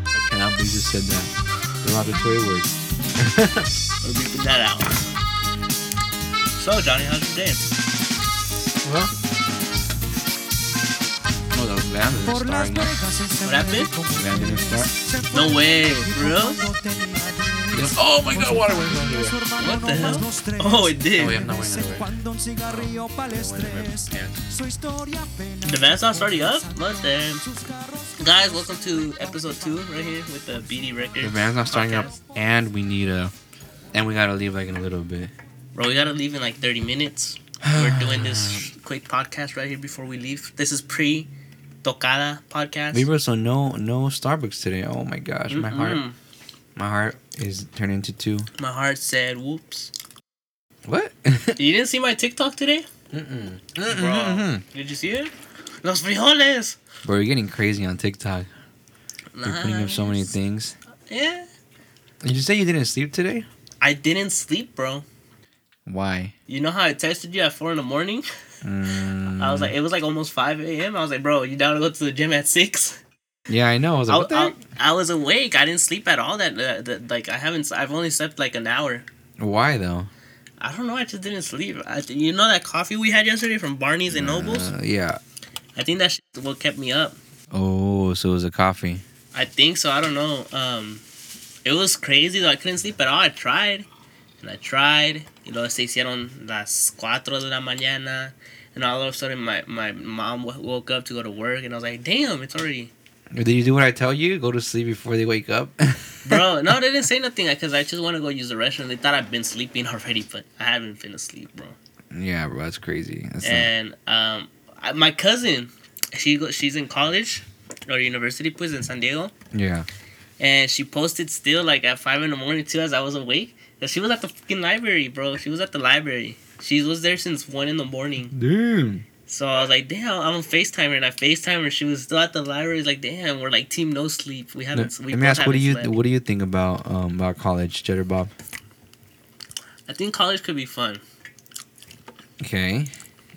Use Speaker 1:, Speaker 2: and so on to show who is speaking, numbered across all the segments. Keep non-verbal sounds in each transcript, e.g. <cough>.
Speaker 1: You just said that. You're allowed to swear words.
Speaker 2: We're beeping that out. So, Johnny, how's your day?
Speaker 1: Huh? Oh, that was Van der
Speaker 3: Por las
Speaker 1: starring us.
Speaker 3: orejas
Speaker 2: What happened?
Speaker 1: Van der Star.
Speaker 2: No way, for real?
Speaker 1: Yep. Oh my god, water went everywhere.
Speaker 2: What the hell? Oh, it did.
Speaker 1: Oh, yeah, I'm not wearing underwear.
Speaker 2: The van's not starting up? What the? Guys, welcome to episode 2 right here with the BD Records.
Speaker 1: The van's not starting up,
Speaker 2: podcast.
Speaker 1: and we need a. And we gotta leave like in a little bit.
Speaker 2: Bro, we gotta leave in like 30 minutes. We're doing this quick podcast right here before we leave. This is pre Tocada podcast.
Speaker 1: Libra, so no no Starbucks today. Oh my gosh, my heart
Speaker 2: Mm-mm.
Speaker 1: my heart is turned into two.
Speaker 2: My heart said, whoops.
Speaker 1: What?
Speaker 2: You didn't see my TikTok today?
Speaker 1: Mm-mm.
Speaker 2: Bro,
Speaker 1: Mm-mm.
Speaker 2: did you see it? Los frijoles!
Speaker 1: <laughs> Bro, you're getting crazy on TikTok. You're putting up so many
Speaker 2: Nice.
Speaker 1: things.
Speaker 2: Yeah.
Speaker 1: Did you say you didn't sleep today?
Speaker 2: I didn't sleep, bro.
Speaker 1: Why?
Speaker 2: You know how I texted you at 4 in the morning? <laughs>
Speaker 1: Mm.
Speaker 2: I was like, it was like almost 5 a.m. I was like, bro, you down to go to the gym at 6?
Speaker 1: yeah, I know. I was like,
Speaker 2: I,
Speaker 1: what the
Speaker 2: I-
Speaker 1: heck?
Speaker 2: I was awake. I didn't sleep at all. That, uh, that like I haven't. I've only slept like an hour.
Speaker 1: Why though?
Speaker 2: I don't know. I just didn't sleep. I, you know that coffee we had yesterday from Barney's and Nobles.
Speaker 1: Uh, yeah.
Speaker 2: I think that's what kept me up.
Speaker 1: Oh, so it was a coffee.
Speaker 2: I think so. I don't know. Um, it was crazy though. I couldn't sleep at all. I tried, and I tried. You know, se hicieron las cuatro de la mañana, and all of a sudden my my mom w- woke up to go to work, and I was like, damn, it's already. <laughs>
Speaker 1: Did you do what I tell you? Go to sleep before they wake up. <laughs>
Speaker 2: Bro, no, they didn't say nothing because I just want to go use the restroom. They thought I've been sleeping <laughs> already, but I haven't been asleep, bro.
Speaker 1: yeah, bro, that's crazy. That's not-
Speaker 2: and um, I, my cousin, she go, she's in college or university, pues, in San Diego,
Speaker 1: yeah.
Speaker 2: and she posted still like at five in the morning too, as I was awake. that She was at the fucking library, bro. She was at the library. She was there since one in the morning.
Speaker 1: Dude.
Speaker 2: So I was like, damn, I'm on FaceTime her, and I FaceTime her. She was still at the library. It's like, damn, we're like team no sleep. We haven't.
Speaker 1: Let
Speaker 2: We
Speaker 1: let me
Speaker 2: both
Speaker 1: ask, what do
Speaker 2: haven't
Speaker 1: you
Speaker 2: slept.
Speaker 1: what do you think about um about college, Cheddar Bob?
Speaker 2: I think college could be fun.
Speaker 1: Okay.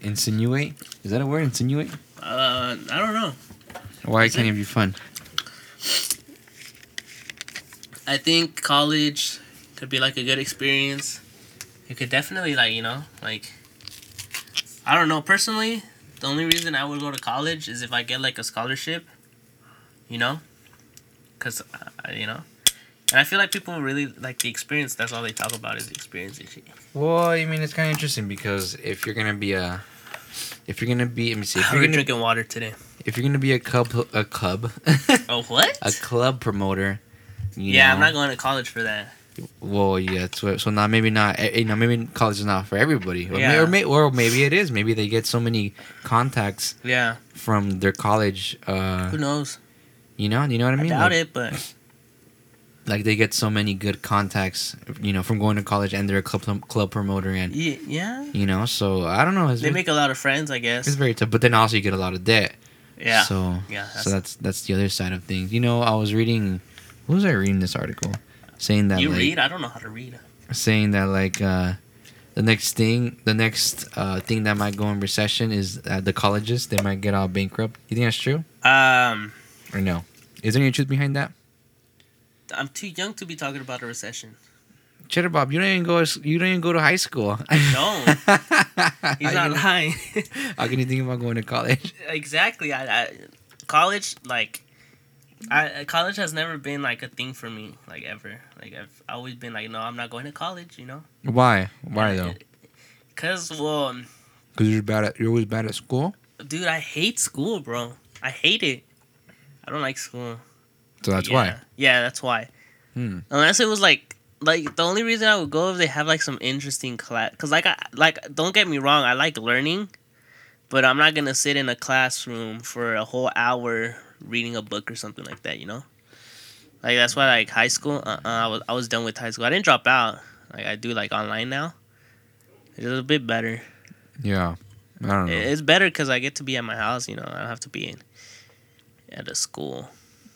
Speaker 1: Insinuate? Is that a word? Insinuate?
Speaker 2: Uh, I don't know.
Speaker 1: Why can't it be fun?
Speaker 2: I think college could be like a good experience. You could definitely like you know like I don't know personally. The only reason I would go to college is if I get like a scholarship. You know, cause uh, you know, and I feel like people really like the experience. That's all they talk about is the experience. and shit.
Speaker 1: Well, I mean, it's kind of interesting because if you're gonna be a, if you're gonna be, let me see, if
Speaker 2: We
Speaker 1: you're
Speaker 2: We're
Speaker 1: gonna,
Speaker 2: drinking water today.
Speaker 1: if you're gonna be a club, a club,
Speaker 2: Oh what?
Speaker 1: <laughs> a club promoter. You
Speaker 2: yeah, I'm
Speaker 1: know,
Speaker 2: not going to college for that.
Speaker 1: Well, yeah. So, so now maybe not. eh, You know, maybe college is not for everybody. Or, may,
Speaker 2: Yeah.
Speaker 1: or, may, or maybe it is. Maybe they get so many contacts
Speaker 2: Yeah,
Speaker 1: from their college. Uh,
Speaker 2: who knows?
Speaker 1: you know, you know what I
Speaker 2: I
Speaker 1: mean.
Speaker 2: doubt
Speaker 1: like,
Speaker 2: it, but
Speaker 1: like they get so many good contacts. You know, from going to college and they're a club club promoter and
Speaker 2: yeah, yeah.
Speaker 1: you know. So I don't know. It's,
Speaker 2: They
Speaker 1: very-
Speaker 2: make a lot of friends, I
Speaker 1: it's
Speaker 2: guess.
Speaker 1: very tough. But then also you get a lot of debt.
Speaker 2: Yeah.
Speaker 1: So
Speaker 2: Yeah,
Speaker 1: so that's that's the other side of things. You know, I was reading. What was I reading this article? Saying that
Speaker 2: you
Speaker 1: like
Speaker 2: read? I don't know how to read.
Speaker 1: saying that like uh, the next thing the next uh, thing that might go in recession is uh, the colleges they might get all bankrupt. You think that's true
Speaker 2: Um,
Speaker 1: or no? Is there any truth behind that?
Speaker 2: I'm too young to be talking about a recession.
Speaker 1: Cheddar Bob, you don't even go. You don't even go to high
Speaker 2: <laughs>
Speaker 1: school.
Speaker 2: No.
Speaker 1: <laughs>
Speaker 2: He's
Speaker 1: how,
Speaker 2: not
Speaker 1: can,
Speaker 2: lying. <laughs>
Speaker 1: how can you think about going to college?
Speaker 2: exactly. I, I college like I I- college has never been like a thing for me like ever. Like I've always been like no, I'm not going to college. You know.
Speaker 1: <laughs> Why? Why
Speaker 2: <laughs>
Speaker 1: though?
Speaker 2: Cause well,
Speaker 1: Because you're bad at you're always bad at school.
Speaker 2: dude, I hate school, bro. I hate it. I don't like school.
Speaker 1: So that's
Speaker 2: yeah.
Speaker 1: why.
Speaker 2: Yeah, that's why.
Speaker 1: Hmm.
Speaker 2: Unless it was like like the only reason I would go if they have like some interesting class cuz like I like don't get me wrong, I like learning, but I'm not going to sit in a classroom for a whole hour reading a book or something like that, you know? Like that's why like high school, uh, uh, I was I was done with high school. I didn't drop out. Like I do like online now. It's a bit better.
Speaker 1: Yeah. I don't know.
Speaker 2: It- It's better cuz I get to be at my house, you know. I don't have to be in at a school.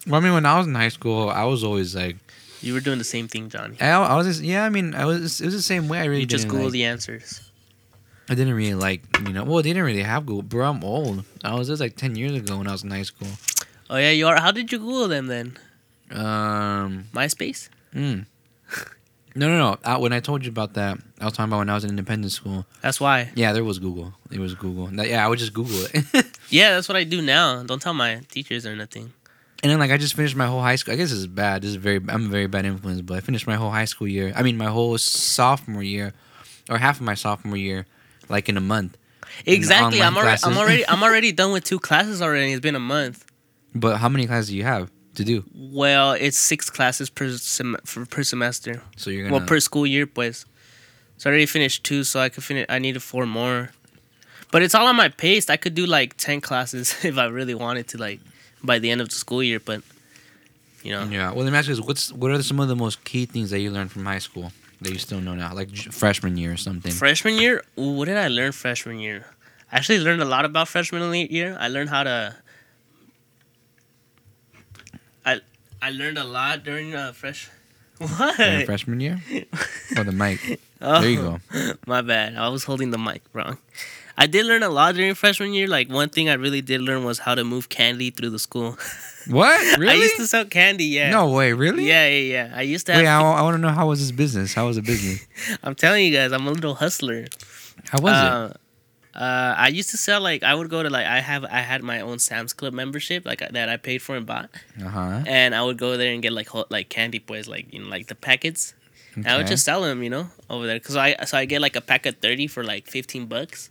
Speaker 1: Well, I mean, when I was in high school, I was always like,
Speaker 2: You were doing the same thing, Johnny.
Speaker 1: I, I was, just, yeah. I mean, I was. It was the same way. I really
Speaker 2: You just
Speaker 1: didn't
Speaker 2: Google
Speaker 1: like-
Speaker 2: the answers.
Speaker 1: I didn't really like, you know. Well, they didn't really have Google. Bro, I'm old. I was this like ten years ago when I was in high school.
Speaker 2: Oh yeah, you are. How did you Google them then?
Speaker 1: Um,
Speaker 2: MySpace?
Speaker 1: mm. <laughs> No, no, no. I, when I told you about that, I was talking about when I was in independent school.
Speaker 2: That's why.
Speaker 1: Yeah, there was Google. It was Google. That- yeah, I would just Google it. <laughs>
Speaker 2: Yeah, that's what I do now. Don't tell my teachers or nothing.
Speaker 1: And then like I just finished my whole high school. I guess this is bad. This is very I'm a very bad influence, but I finished my whole high school year. I mean my whole sophomore year, or half of my sophomore year, like in a month.
Speaker 2: Exactly.
Speaker 1: online
Speaker 2: I'm already I'm
Speaker 1: classes.
Speaker 2: already
Speaker 1: <laughs>
Speaker 2: I'm already done with two classes already. It's been a month.
Speaker 1: But how many classes do you have to do?
Speaker 2: Well, it's six classes per sem- for, per semester.
Speaker 1: So you're gonna
Speaker 2: Well, per school year, pues. So I already finished two, so I could finish. I needed four more, but it's all on my pace. I could do like ten classes <laughs> if I really wanted to, like by the end of the school year. But you know,
Speaker 1: yeah. Well, let me ask you this: What's what are some of the most key things that you learned from high school that you still know now, like j- freshman year or something?
Speaker 2: freshman year. Ooh, what did I learn freshman year? I actually learned a lot about freshman le- year. I learned how to. I I learned a lot during uh, fresh. <laughs> What?
Speaker 1: During freshman
Speaker 2: <laughs>
Speaker 1: year? Oh, the mic.
Speaker 2: Oh.
Speaker 1: There you go.
Speaker 2: <laughs> My bad. I was holding the mic wrong. I did learn a lot during freshman year. Like one thing I really did learn was how to move candy through the school. <laughs>
Speaker 1: What? Really?
Speaker 2: I used to sell candy. Yeah.
Speaker 1: No way. Really?
Speaker 2: Yeah, yeah, yeah. I used to. Have,
Speaker 1: Wait, I, want to know how was this business? How was the business?
Speaker 2: I'm telling you guys, I'm a little hustler.
Speaker 1: How was
Speaker 2: uh, Uh, I used to sell like I would go to like I have I had my own Sam's Club membership like that I paid for and bought,
Speaker 1: it? Uh huh.
Speaker 2: and I would go there and get like ho- like candy boys like you know like the packets. And I would
Speaker 1: Okay.
Speaker 2: just sell them, you know, over there. Cause I so I get like a pack of thirty for like fifteen bucks,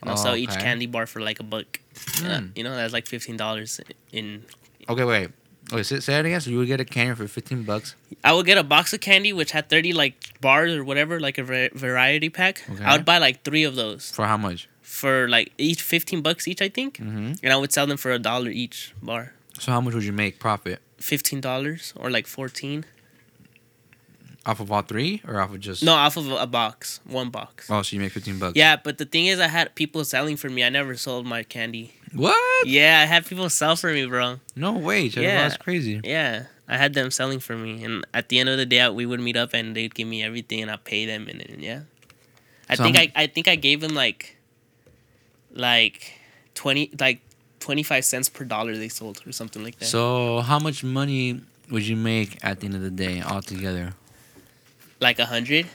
Speaker 2: and I'll
Speaker 1: Oh,
Speaker 2: sell each
Speaker 1: okay.
Speaker 2: candy bar for like a buck. Yeah,
Speaker 1: Mm.
Speaker 2: you know, that's like fifteen dollars. In
Speaker 1: Okay, wait. Wait, say, say that again. So you would get a candy for fifteen bucks.
Speaker 2: I would get a box of candy which had thirty like bars or whatever, like a va- variety pack.
Speaker 1: Okay.
Speaker 2: I would buy like three of those
Speaker 1: For how much?
Speaker 2: for like each fifteen bucks each, I think,
Speaker 1: Mm-hmm.
Speaker 2: and I would sell them for a dollar each bar.
Speaker 1: So how much would you make profit
Speaker 2: Fifteen dollars or like fourteen?
Speaker 1: off of all three, or off of just?
Speaker 2: No, off of a box, one box.
Speaker 1: Oh, so you make fifteen bucks.
Speaker 2: Yeah, but the thing is, I had people selling for me. I never sold my candy.
Speaker 1: What?
Speaker 2: Yeah, I had people sell for me, bro.
Speaker 1: No way. Chavo,
Speaker 2: Yeah.
Speaker 1: That's crazy.
Speaker 2: Yeah, I had them selling for me, and at the end of the day, I- we would meet up, and they'd give me everything, and I pay them, and, then yeah, I
Speaker 1: So
Speaker 2: think
Speaker 1: how
Speaker 2: I, I think I gave them like, like, twenty like twenty five cents per dollar they sold or something like that.
Speaker 1: So how much money would you make at the end of the day altogether?
Speaker 2: like a hundred,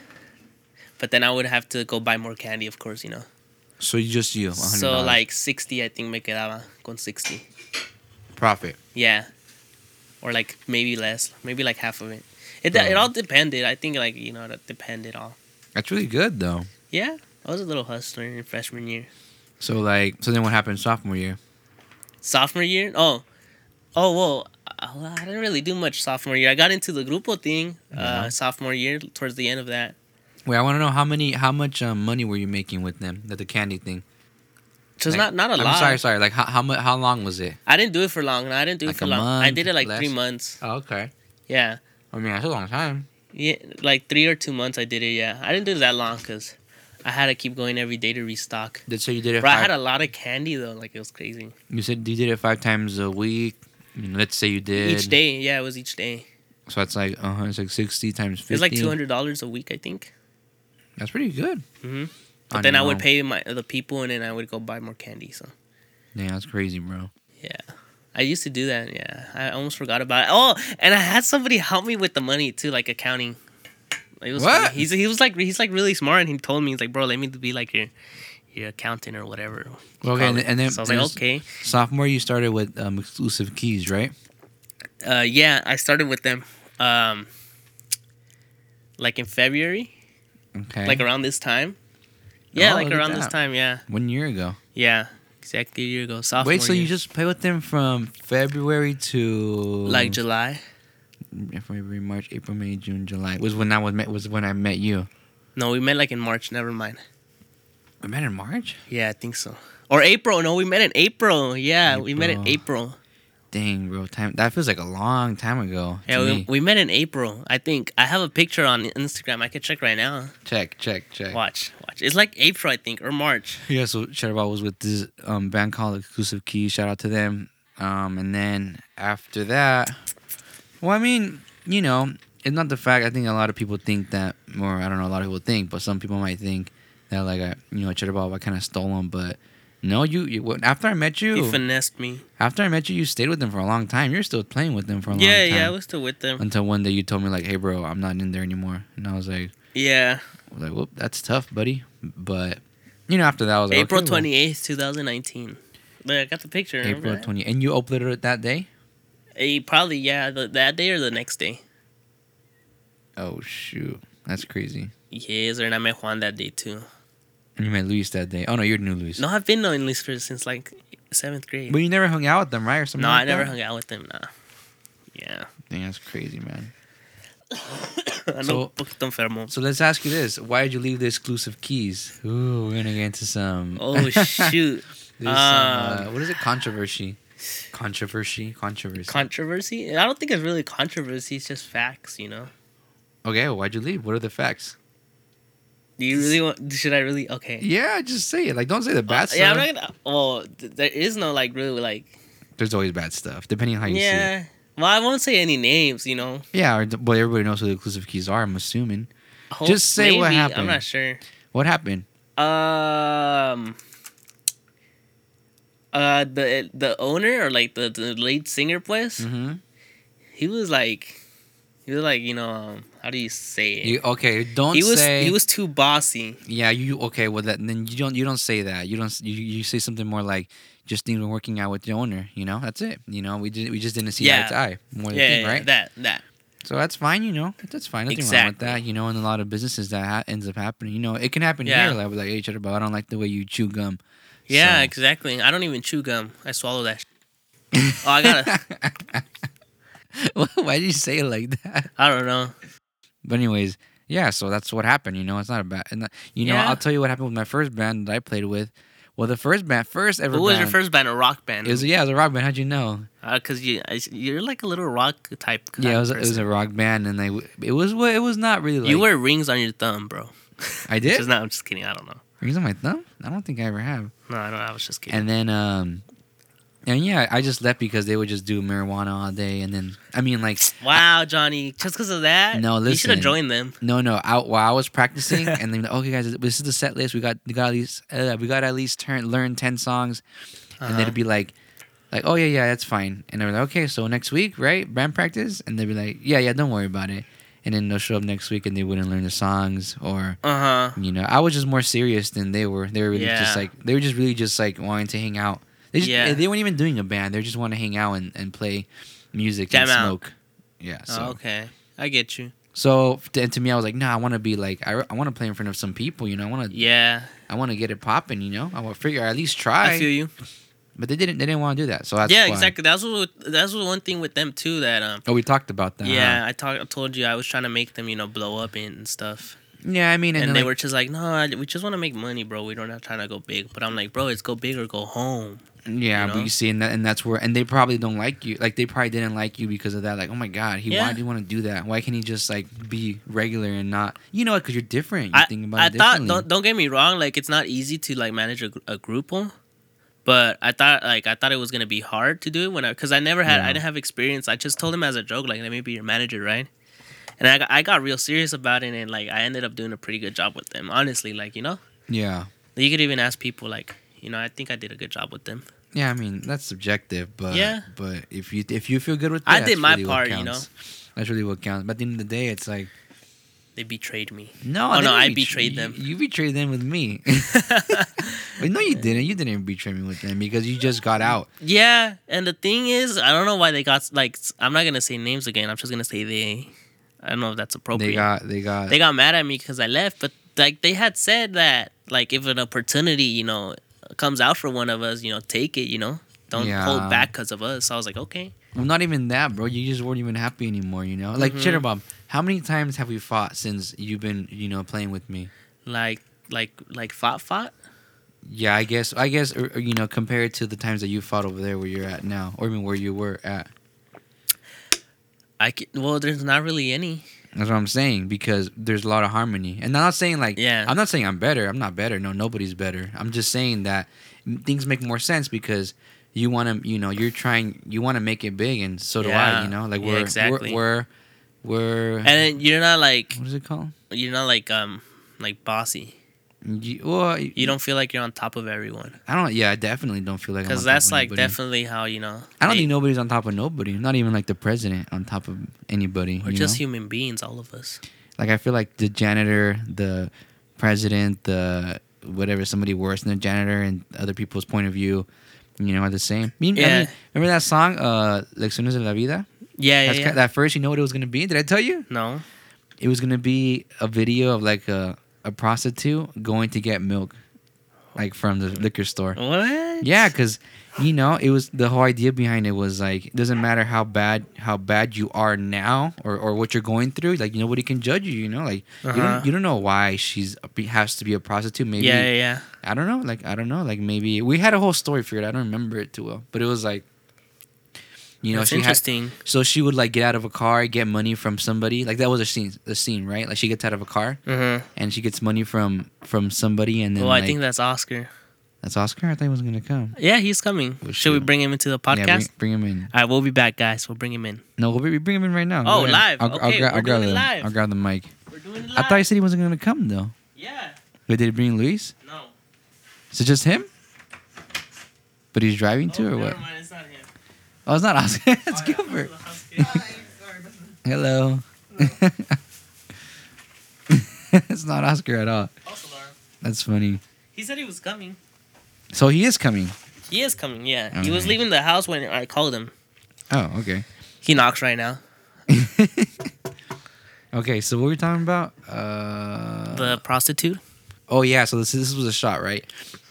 Speaker 2: but then I would have to go buy more candy, of course, you know.
Speaker 1: So you just you. $100.
Speaker 2: So like sixty, I think me quedaba con sixty.
Speaker 1: profit.
Speaker 2: Yeah, or like maybe less, maybe like half of it. It
Speaker 1: Yeah.
Speaker 2: it all depended. I think like you know that depended all.
Speaker 1: That's really good though.
Speaker 2: Yeah, I was a little hustler in freshman year.
Speaker 1: So like, so then what happened sophomore year?
Speaker 2: Sophomore year? Oh, oh, whoa. I I didn't really do much sophomore year. I got into the grupo thing uh, sophomore year towards the end of that.
Speaker 1: Wait, I want to know how many, how much um, money were you making with them? That the candy thing.
Speaker 2: So it's
Speaker 1: Like-
Speaker 2: not, not a
Speaker 1: I'm
Speaker 2: lot.
Speaker 1: sorry, sorry. Like how how mu- how long was it?
Speaker 2: I didn't do it for long. No, I didn't do
Speaker 1: Like
Speaker 2: it for
Speaker 1: a
Speaker 2: long. I
Speaker 1: month,
Speaker 2: did it like three
Speaker 1: less?
Speaker 2: months.
Speaker 1: Oh, okay.
Speaker 2: Yeah.
Speaker 1: I mean, that's a long time.
Speaker 2: yeah. Like three or two months I did it, yeah. I didn't do it that long because I had to keep going every day to restock.
Speaker 1: Did so you did it.
Speaker 2: Bro, I
Speaker 1: Five,
Speaker 2: had a lot of candy though. Like it was crazy.
Speaker 1: you said you did it five times a week. I mean, let's say you did
Speaker 2: Each day. Yeah, it was each day.
Speaker 1: So it's like uh huh. It's like sixty times fifty.
Speaker 2: It was like $200 a week, I think.
Speaker 1: That's pretty good.
Speaker 2: hmm
Speaker 1: On
Speaker 2: But then I
Speaker 1: your
Speaker 2: would
Speaker 1: own.
Speaker 2: pay my the people and then I would go buy more candy. So.
Speaker 1: Yeah, that's crazy, bro.
Speaker 2: I used to do that. Yeah, I almost forgot about it. Oh, and I had somebody help me with the money too, like accounting. It was
Speaker 1: What?
Speaker 2: funny. He's he was like he's like really smart, and he told me he's like, bro, let me be like your your accountant or whatever.
Speaker 1: Well, okay, and, then- and then
Speaker 2: so I was like,
Speaker 1: there's-
Speaker 2: okay,
Speaker 1: Sophomore, you started with um, exclusive keys, right?
Speaker 2: uh, yeah. I started with them, um, like in February,
Speaker 1: Okay.
Speaker 2: like around this time. Yeah,
Speaker 1: Oh,
Speaker 2: like
Speaker 1: look at
Speaker 2: around this
Speaker 1: that.
Speaker 2: time. Yeah,
Speaker 1: one year ago.
Speaker 2: yeah, exactly a year ago. Sophomore
Speaker 1: Wait, so you
Speaker 2: year.
Speaker 1: just play with them from February to
Speaker 2: like July?
Speaker 1: February, March, April, May, June, July was when I was met was when I met you.
Speaker 2: No, we met like in March. Never mind.
Speaker 1: We met in March.
Speaker 2: Yeah, I think so. Or April. No, we met in April. Yeah, we met in April.
Speaker 1: Dang, bro, time that feels like a long time ago. to
Speaker 2: Yeah, we,
Speaker 1: me.
Speaker 2: we met in April. I think I have a picture on Instagram. I could check right now.
Speaker 1: check, check, check.
Speaker 2: Watch, watch. It's like April, I think, or March.
Speaker 1: Yeah, so Shadowball was with this um, band called Exclusive Key. Shout out to them. Um, and then after that, well, I mean, you know, it's not the fact. I think a lot of people think that, or I don't know, a lot of people think, but some people might think that like, I, you know, Shadowball, I kind of stole them, but No, you, you when- after I met you,
Speaker 2: He finessed me.
Speaker 1: after I met you, you stayed with them for a long time. You're still playing with them for a long
Speaker 2: Yeah,
Speaker 1: time.
Speaker 2: yeah, I was still with them.
Speaker 1: Until one day you told me like, "Hey, bro, I'm not in there anymore," and I was like,
Speaker 2: Yeah,
Speaker 1: I was "Like, whoop, that's tough, buddy." But you know, after that, I was like,
Speaker 2: April
Speaker 1: okay, well,
Speaker 2: twenty eighth, two thousand nineteen. Look, I got the picture. remember
Speaker 1: April
Speaker 2: that?
Speaker 1: twenty, and you uploaded it that day.
Speaker 2: Eh, probably yeah, the, that day or the next day.
Speaker 1: Oh shoot, that's crazy.
Speaker 2: Yes, and I met Juan that day too.
Speaker 1: And you met Luis that day. Oh no, you're new Luis.
Speaker 2: No, I've been knowing Luis Cruz since like seventh grade.
Speaker 1: But you never hung out with them, right? Or something
Speaker 2: no,
Speaker 1: like
Speaker 2: I never
Speaker 1: that?
Speaker 2: hung out with them. Nah. Yeah, <laughs>
Speaker 1: Dang, that's crazy, man. So-
Speaker 2: I know. Poquito
Speaker 1: <laughs>
Speaker 2: enfermo.
Speaker 1: So let's ask you this: Why did you leave the exclusive keys? Ooh, we're gonna get into some. <laughs>
Speaker 2: Oh shoot!
Speaker 1: There's some,
Speaker 2: Um,
Speaker 1: uh, what is it? Controversy. Controversy. Controversy.
Speaker 2: controversy? I don't think it's really controversy. It's just facts, you know.
Speaker 1: okay, well, why'd you leave? What are the facts?
Speaker 2: Do you really want? Should I really? Okay. Uh,
Speaker 1: Yeah, just say it. Like, don't say the bad stuff.
Speaker 2: yeah, I'm not gonna. Well, th- there is no like really like.
Speaker 1: There's always bad stuff, depending on how you see it.
Speaker 2: Yeah. Well, I won't say any names, you know.
Speaker 1: Yeah, or, well, everybody knows who the exclusive keys are. I'm assuming.
Speaker 2: I hope-
Speaker 1: Just say what
Speaker 2: I'm
Speaker 1: happened.
Speaker 2: not sure.
Speaker 1: What happened?
Speaker 2: Um. Uh, the the owner or like the, the lead singer, pues,
Speaker 1: Mm-hmm.
Speaker 2: he was like, he was like, you know, um, how do you say it?
Speaker 1: You, okay, don't
Speaker 2: he was
Speaker 1: say.
Speaker 2: he was too bossy.
Speaker 1: Yeah, you okay? Well, that then you don't you don't say that. You don't s- you, you say something more like just even working out with the owner. You know, that's it. You know, we did we just didn't see eye to
Speaker 2: Yeah.
Speaker 1: eye more than
Speaker 2: yeah,
Speaker 1: thing,
Speaker 2: yeah,
Speaker 1: right?
Speaker 2: that that.
Speaker 1: so that's fine. You know, that's fine. Nothing wrong with
Speaker 2: Exactly.
Speaker 1: that. You know, and a lot of businesses that ha- ends up happening. You know, it can happen
Speaker 2: Yeah.
Speaker 1: here. Like, like hey, Cheddar, but I don't like the way you chew gum.
Speaker 2: Yeah,
Speaker 1: So-
Speaker 2: exactly. I don't even chew gum. I swallow that. Sh- oh, I gotta.
Speaker 1: <laughs> Why did you say it like that?
Speaker 2: I don't know.
Speaker 1: But anyways, yeah. So that's what happened. You know, it's not a bad. and, uh, You know,
Speaker 2: Yeah.
Speaker 1: I'll tell you what happened with my first band that I played with. Well, the first band, first ever.
Speaker 2: Who was
Speaker 1: band,
Speaker 2: your first band? A rock band?
Speaker 1: It was yeah, it was a rock band. How'd you know?
Speaker 2: Uh, cause you I- you're like a little rock type.
Speaker 1: Yeah, it was,
Speaker 2: kind
Speaker 1: it was
Speaker 2: of person.
Speaker 1: a rock band, and they it was what it was not really. Like,
Speaker 2: you wear rings on your thumb, bro.
Speaker 1: I
Speaker 2: Which
Speaker 1: did.
Speaker 2: is not, I'm <laughs> just kidding. I don't know.
Speaker 1: Rings on my thumb? I don't think I ever have.
Speaker 2: No, I don't. I was just kidding.
Speaker 1: And then um, and yeah, I just left because they would just do marijuana all day, and then I mean like
Speaker 2: wow, Johnny, just because of that,
Speaker 1: No,
Speaker 2: you should have
Speaker 1: listen.
Speaker 2: joined them.
Speaker 1: no no out while I was
Speaker 2: <laughs>
Speaker 1: practicing, and then okay guys, this is the set list. We got we got at least uh, we got at least turn learn ten songs, and
Speaker 2: Uh-huh.
Speaker 1: they'd be like. Like oh yeah yeah that's fine and they were like okay so next week right band practice and they'd be like yeah yeah don't worry about it and then they'll show up next week and they wouldn't learn the songs or
Speaker 2: Uh huh.
Speaker 1: You know, I was just more serious than they were. They were really just
Speaker 2: Yeah.
Speaker 1: like they were just really just like wanting to hang out. They just,
Speaker 2: Yeah.
Speaker 1: they weren't even doing a band. They just want to hang out and, and play music
Speaker 2: Jam
Speaker 1: and
Speaker 2: out.
Speaker 1: smoke. Yeah. So
Speaker 2: Oh, okay, I get you.
Speaker 1: so to, to me, I was like, no, I want to be like I, I want to play in front of some people. You know, I want to
Speaker 2: Yeah,
Speaker 1: I want to get it popping. You know, I want to figure at least try.
Speaker 2: I feel you.
Speaker 1: but they didn't they didn't want to do that. So that's
Speaker 2: yeah,
Speaker 1: why-
Speaker 2: exactly. That's what that's what one thing with them too. That um,
Speaker 1: Oh, we talked about that. huh?
Speaker 2: yeah, I talked. I told you I was trying to make them, you know, blow up and and stuff.
Speaker 1: Yeah, I mean, and,
Speaker 2: and
Speaker 1: then,
Speaker 2: they
Speaker 1: like,
Speaker 2: were just like, no, I- we just want to make money, bro. We don't have trying to go big. But I'm like, bro, it's go big or go home.
Speaker 1: Yeah,
Speaker 2: you
Speaker 1: but
Speaker 2: know?
Speaker 1: you see, and, that, and that's where, and they probably don't like you. Like they probably didn't like you because of that. Like, oh my god, he why
Speaker 2: Yeah.
Speaker 1: do you want to do that? Why can't he just like be regular and not? You know, because you're different. You
Speaker 2: I,
Speaker 1: think about
Speaker 2: I
Speaker 1: it
Speaker 2: thought
Speaker 1: differently.
Speaker 2: don't don't get me wrong, like it's not easy to like manage a, gr- a grupo, but I thought like I thought it was gonna be hard to do it when I because I never had
Speaker 1: Yeah.
Speaker 2: I didn't have experience. I just told him as a joke like let me be your manager, right? And I got, I got real serious about it and like I ended up doing a pretty good job with them. Honestly, like you know,
Speaker 1: yeah,
Speaker 2: you could even ask people like you know I think I did a good job with them.
Speaker 1: yeah. I mean, that's subjective, but
Speaker 2: Yeah.
Speaker 1: But if you if you feel good with, it,
Speaker 2: I did
Speaker 1: that's
Speaker 2: my
Speaker 1: really what
Speaker 2: part, you
Speaker 1: counts. That's really what counts. But at the end of the day, it's like
Speaker 2: They betrayed me.
Speaker 1: no, they
Speaker 2: Oh, no,
Speaker 1: didn't
Speaker 2: I
Speaker 1: betray-
Speaker 2: betrayed
Speaker 1: you-
Speaker 2: them.
Speaker 1: You, betrayed them with me. <laughs> but no, you didn't. You didn't betray me with them because you just got out.
Speaker 2: <laughs> Yeah, and the thing is, I don't know why they got like s- I'm not gonna say names again. I'm just gonna say they. I don't know if that's appropriate.
Speaker 1: They got they got
Speaker 2: they got mad at me because I left, but like they had said that like if an opportunity you know comes out for one of us, you know, take it. You know, don't
Speaker 1: Yeah.
Speaker 2: hold back because of us. So I was like, okay,
Speaker 1: Well, not even that, bro. You just weren't even happy anymore, you know? Like,
Speaker 2: Mhm.
Speaker 1: Cheddar Bob, how many times have we fought since you've been, you know, playing with me?
Speaker 2: like like like fought fought.
Speaker 1: Yeah, I guess, I guess, or, or, you know, compared to the times that you fought over there where you're at now, or even where you were at.
Speaker 2: I can, well, there's not really any.
Speaker 1: That's what I'm saying because there's a lot of harmony. And I'm not saying, like,
Speaker 2: Yeah.
Speaker 1: I'm not saying I'm better. I'm not better. No, nobody's better. I'm just saying that things make more sense because you want to, you know, you're trying, you want to make it big, and so do I,
Speaker 2: Yeah.
Speaker 1: you know? Like,
Speaker 2: Yeah,
Speaker 1: we're,
Speaker 2: exactly.
Speaker 1: we're, we're, we're,
Speaker 2: And then you're not like
Speaker 1: what is it called?
Speaker 2: you're not like um like bossy.
Speaker 1: You, well,
Speaker 2: You don't feel like you're on top of everyone
Speaker 1: I don't. Yeah, I definitely don't feel like. I'm
Speaker 2: because
Speaker 1: on top
Speaker 2: that's
Speaker 1: of
Speaker 2: like
Speaker 1: anybody.
Speaker 2: definitely how you know.
Speaker 1: I don't
Speaker 2: they-
Speaker 1: think nobody's on top of nobody. Not even like the president on top of anybody.
Speaker 2: We're
Speaker 1: you
Speaker 2: just
Speaker 1: know?
Speaker 2: human beings, all of us.
Speaker 1: like I feel like the janitor, the president, the whatever somebody worse than the janitor and other people's point of view, you know, are the same. I mean, I
Speaker 2: Yeah.
Speaker 1: mean, remember that song, uh, "Lecciones de la Vida."
Speaker 2: Yeah, yeah,
Speaker 1: That's
Speaker 2: yeah.
Speaker 1: ki- that first, you know what it was gonna be? Did I tell you?
Speaker 2: no.
Speaker 1: It was gonna be a video of like a a prostitute going to get milk, like from the liquor store.
Speaker 2: What?
Speaker 1: Yeah, because you know, it was the whole idea behind it was like it doesn't matter how bad how bad you are now or, or what you're going through. Like nobody can judge you. You know, like you
Speaker 2: Uh-huh.
Speaker 1: don't you don't know why she's has to be a prostitute. Maybe
Speaker 2: Yeah, yeah, yeah.
Speaker 1: I don't know. Like I don't know. Like maybe we had a whole story figured. I don't remember it too well, but it was like you know
Speaker 2: That's
Speaker 1: she had
Speaker 2: interesting.
Speaker 1: so she would like get out of a car, get money from somebody. Like that was a scene, the scene, right? Like she gets out of a car
Speaker 2: Mhm.
Speaker 1: and she gets money from from somebody, and then
Speaker 2: Well,
Speaker 1: like,
Speaker 2: I think that's Oscar.
Speaker 1: that's Oscar. I thought he was gonna come.
Speaker 2: Yeah, he's coming.
Speaker 1: Well,
Speaker 2: Should we
Speaker 1: shoot.
Speaker 2: bring him into the podcast?
Speaker 1: Yeah, bring, bring him in.
Speaker 2: All right, we'll be back, guys. We'll bring him in.
Speaker 1: No, we we bring him in right now.
Speaker 2: Oh,
Speaker 1: Go ahead.
Speaker 2: live.
Speaker 1: I'll, I'll,
Speaker 2: Okay,
Speaker 1: gra-
Speaker 2: we're
Speaker 1: I'll grab
Speaker 2: doing it
Speaker 1: the,
Speaker 2: live.
Speaker 1: I'll grab the mic.
Speaker 2: We're doing it
Speaker 1: I thought you said he wasn't gonna come though.
Speaker 2: yeah.
Speaker 1: But did it bring Luis?
Speaker 2: No.
Speaker 1: Is it just him? But he's driving too, or what?
Speaker 2: Oh, mind. It's not him.
Speaker 1: Oh, it's not Oscar. <laughs> it's Gilbert. <laughs> Hello. <laughs> it's not Oscar at all. That's funny.
Speaker 2: He said he was coming.
Speaker 1: So he is coming.
Speaker 2: He is coming. Yeah.
Speaker 1: All
Speaker 2: he was
Speaker 1: right.
Speaker 2: leaving the house when I called him.
Speaker 1: Oh, okay.
Speaker 2: He knocks right now.
Speaker 1: okay, so what were we talking about? Uh,
Speaker 2: The prostitute.
Speaker 1: Oh yeah, so this this was a shot, right?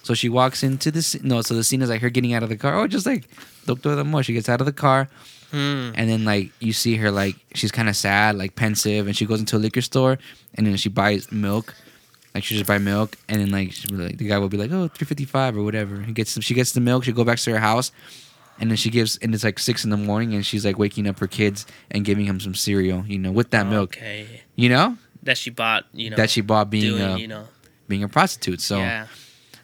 Speaker 1: So she walks into the sc- no, so the scene is like her getting out of the car. Oh, just like Doctor Amor, she gets out of the car,
Speaker 2: Hmm.
Speaker 1: and then like you see her like she's kind of sad, like pensive, and she goes into a liquor store, and then she buys milk, like she just buy milk, and then like, she'll be like the guy will be like, oh, three fifty five or whatever. He gets she gets the milk, she go back to her house, and then she gives, and it's like six in the morning, and she's like waking up her kids and giving him some cereal, you know, with that milk,
Speaker 2: Okay.
Speaker 1: you know,
Speaker 2: That she bought. Oh. You know.
Speaker 1: that she bought being
Speaker 2: doing.
Speaker 1: a
Speaker 2: you know.
Speaker 1: being a prostitute. So.
Speaker 2: yeah.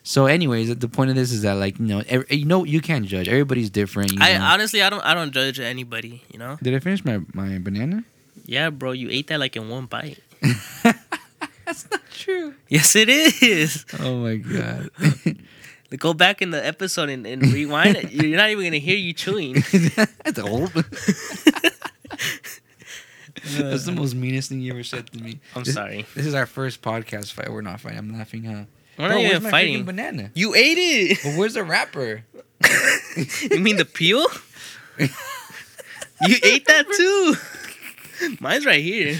Speaker 1: So, anyways, the point of this is that like you know, ev you know, you can't judge. Everybody's different. You
Speaker 2: I
Speaker 1: know.
Speaker 2: honestly, I don't, I don't judge anybody. You know.
Speaker 1: Did I finish my my
Speaker 2: <laughs>
Speaker 1: banana?
Speaker 2: Yeah, bro. You ate that like in one bite.
Speaker 1: <laughs>
Speaker 2: <laughs>
Speaker 1: That's not true.
Speaker 2: Yes, it is.
Speaker 1: Oh my <laughs>
Speaker 2: <laughs>
Speaker 1: god.
Speaker 2: Go back in the episode and, and rewind it. You're not even gonna hear you
Speaker 1: <laughs>
Speaker 2: chewing.
Speaker 1: That's old. That's the most meanest thing you ever said to me.
Speaker 2: <laughs> I'm
Speaker 1: This-
Speaker 2: sorry.
Speaker 1: This is our first podcast fight. We're not fighting. I'm laughing, huh? Bro,
Speaker 2: We're not even
Speaker 1: where's my freaking
Speaker 2: fighting.
Speaker 1: banana.
Speaker 2: You ate it.
Speaker 1: But where's the wrapper?
Speaker 2: you mean the peel? you ate that too. Mine's right here.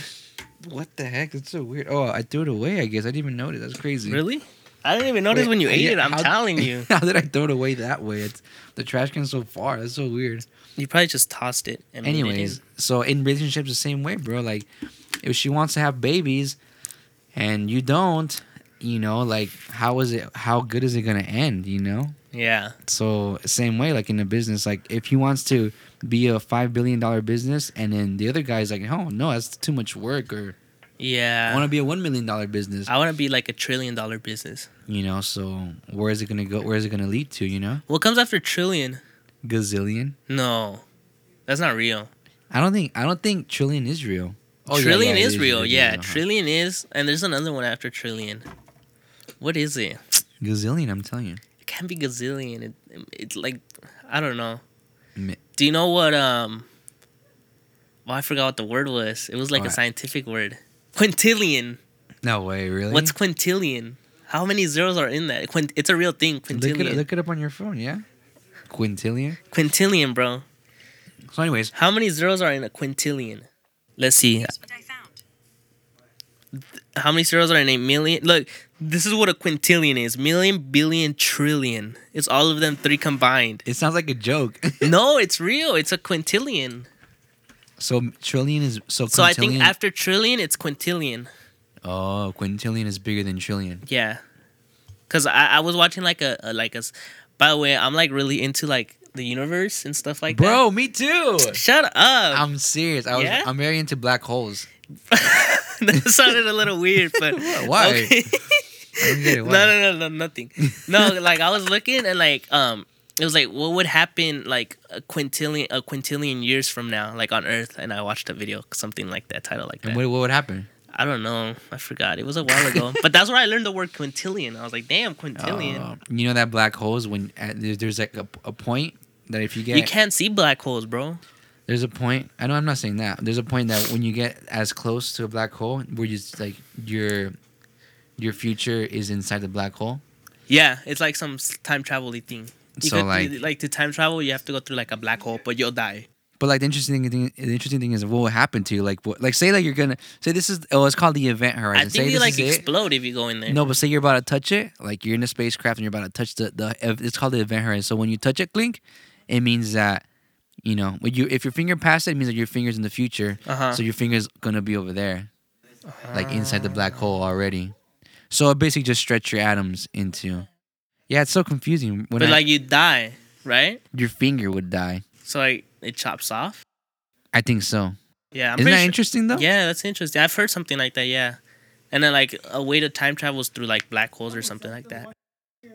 Speaker 1: What the heck? That's so weird. Oh, I threw it away. I guess I didn't even notice. That's crazy.
Speaker 2: Really? I didn't even notice
Speaker 1: Wait,
Speaker 2: when you ate
Speaker 1: yeah,
Speaker 2: it. I'm
Speaker 1: how-
Speaker 2: telling you.
Speaker 1: <laughs> How did I throw it away that way? It's the trash can so far. That's so weird.
Speaker 2: You probably just tossed it. And ate it
Speaker 1: anyways so in relationships the same way bro like if she wants to have babies and you don't you know like how is it how good is it gonna end you know
Speaker 2: in. Yeah.
Speaker 1: so same way like in a business like if he wants to be a five billion dollar business and then the other guy's like oh no that's too much work or i
Speaker 2: Yeah.
Speaker 1: want to be a one million dollar business
Speaker 2: I want to be like a trillion dollar business.
Speaker 1: you know so where is it gonna go where is it gonna lead to you know
Speaker 2: What comes after trillion?
Speaker 1: gazillion
Speaker 2: No. That's not real.
Speaker 1: i don't think i don't think trillion is real Oh, yeah,
Speaker 2: trillion
Speaker 1: yeah, uh-huh. it
Speaker 2: is real. yeah.
Speaker 1: huh?
Speaker 2: Trillion is. And there's another one after trillion. What is it?
Speaker 1: gazillion i'm telling you
Speaker 2: It can't be gazillion. It, it's like, I don't know.
Speaker 1: Mi-
Speaker 2: Do you know what? Um, well, I forgot what the word was. It was like a
Speaker 1: What?
Speaker 2: scientific word. Quintillion.
Speaker 1: No way, really?
Speaker 2: What's quintillion? How many zeros are in that? Quint- it's a real thing.
Speaker 1: look
Speaker 2: Quintillion.
Speaker 1: it, look it up on your phone, yeah? Quintillion.
Speaker 2: quintillion, bro.
Speaker 1: So, anyways,
Speaker 2: How many zeros are in a quintillion? Let's see.
Speaker 3: That's what I found.
Speaker 2: How many zeros are in a million? Look, this is what a quintillion is: million, billion, trillion. It's all of them three combined.
Speaker 1: it sounds like a joke. <laughs>
Speaker 2: no, it's real. It's a quintillion.
Speaker 1: so trillion is so.
Speaker 2: So I think
Speaker 1: quintillion-
Speaker 2: after trillion, it's quintillion.
Speaker 1: oh, quintillion is bigger than trillion.
Speaker 2: Yeah, cause I, I was watching like a, a like a. s- By the way, I'm like really into like the universe and stuff like
Speaker 1: Bro, me too.
Speaker 2: that. Shut up!
Speaker 1: I'm serious. I was.
Speaker 2: Yeah?
Speaker 1: I'm very into black holes.
Speaker 2: <laughs> that sounded a little weird, but
Speaker 1: <laughs> Why?
Speaker 2: Okay.
Speaker 1: I don't get it.
Speaker 2: <laughs> no,
Speaker 1: Why?
Speaker 2: no, no, no, nothing. No,
Speaker 1: <laughs>
Speaker 2: like I was looking and like um, it was like what would happen like a quintillion a quintillion years from now, like on Earth, and I watched a video something like that title like that.
Speaker 1: And what, what would happen?
Speaker 2: I don't know. I forgot. It
Speaker 1: <laughs>
Speaker 2: was a while ago. but that's where I learned the word quintillion. I was like, damn, quintillion.
Speaker 1: Uh, you know that black hole is when at, there's, there's like a, a point that if you get
Speaker 2: You can't see black holes, bro.
Speaker 1: there's a point. I know I'm not saying that. There's a point that when you get as close to a black hole, where you just like your your future is inside the black hole.
Speaker 2: Yeah, it's like some s- time travel thing. You
Speaker 1: So,
Speaker 2: could-
Speaker 1: like-
Speaker 2: like to time travel, you have to go through like a black hole, but you'll die.
Speaker 1: But like the interesting thing, the interesting thing is what will happen to you. Like what, like say like you're gonna say this is oh it's called the event horizon.
Speaker 2: I
Speaker 1: say
Speaker 2: think you
Speaker 1: this
Speaker 2: like
Speaker 1: is it.
Speaker 2: explode if you go in there.
Speaker 1: No, but say you're about to touch it, like you're in a spacecraft and you're about to touch the, the ev- it's called the event horizon. So when you touch it, clink, it means that you know when you if your finger passed it, it means that your finger's in the future.
Speaker 2: Uh-huh.
Speaker 1: So your finger's gonna be over there, like inside the black hole
Speaker 2: Ah.
Speaker 1: already. So it basically just stretch your atoms into. Yeah, it's so confusing when
Speaker 2: but
Speaker 1: I-
Speaker 2: like you die, right?
Speaker 1: your finger would die.
Speaker 2: So like it chops off.
Speaker 1: I think so.
Speaker 2: Yeah, I'm
Speaker 1: Isn't
Speaker 2: pretty
Speaker 1: that
Speaker 2: sure-
Speaker 1: interesting though?
Speaker 2: Yeah, that's interesting. I've heard something like that. Yeah, and then like a way to time travel is through like black holes or something like that.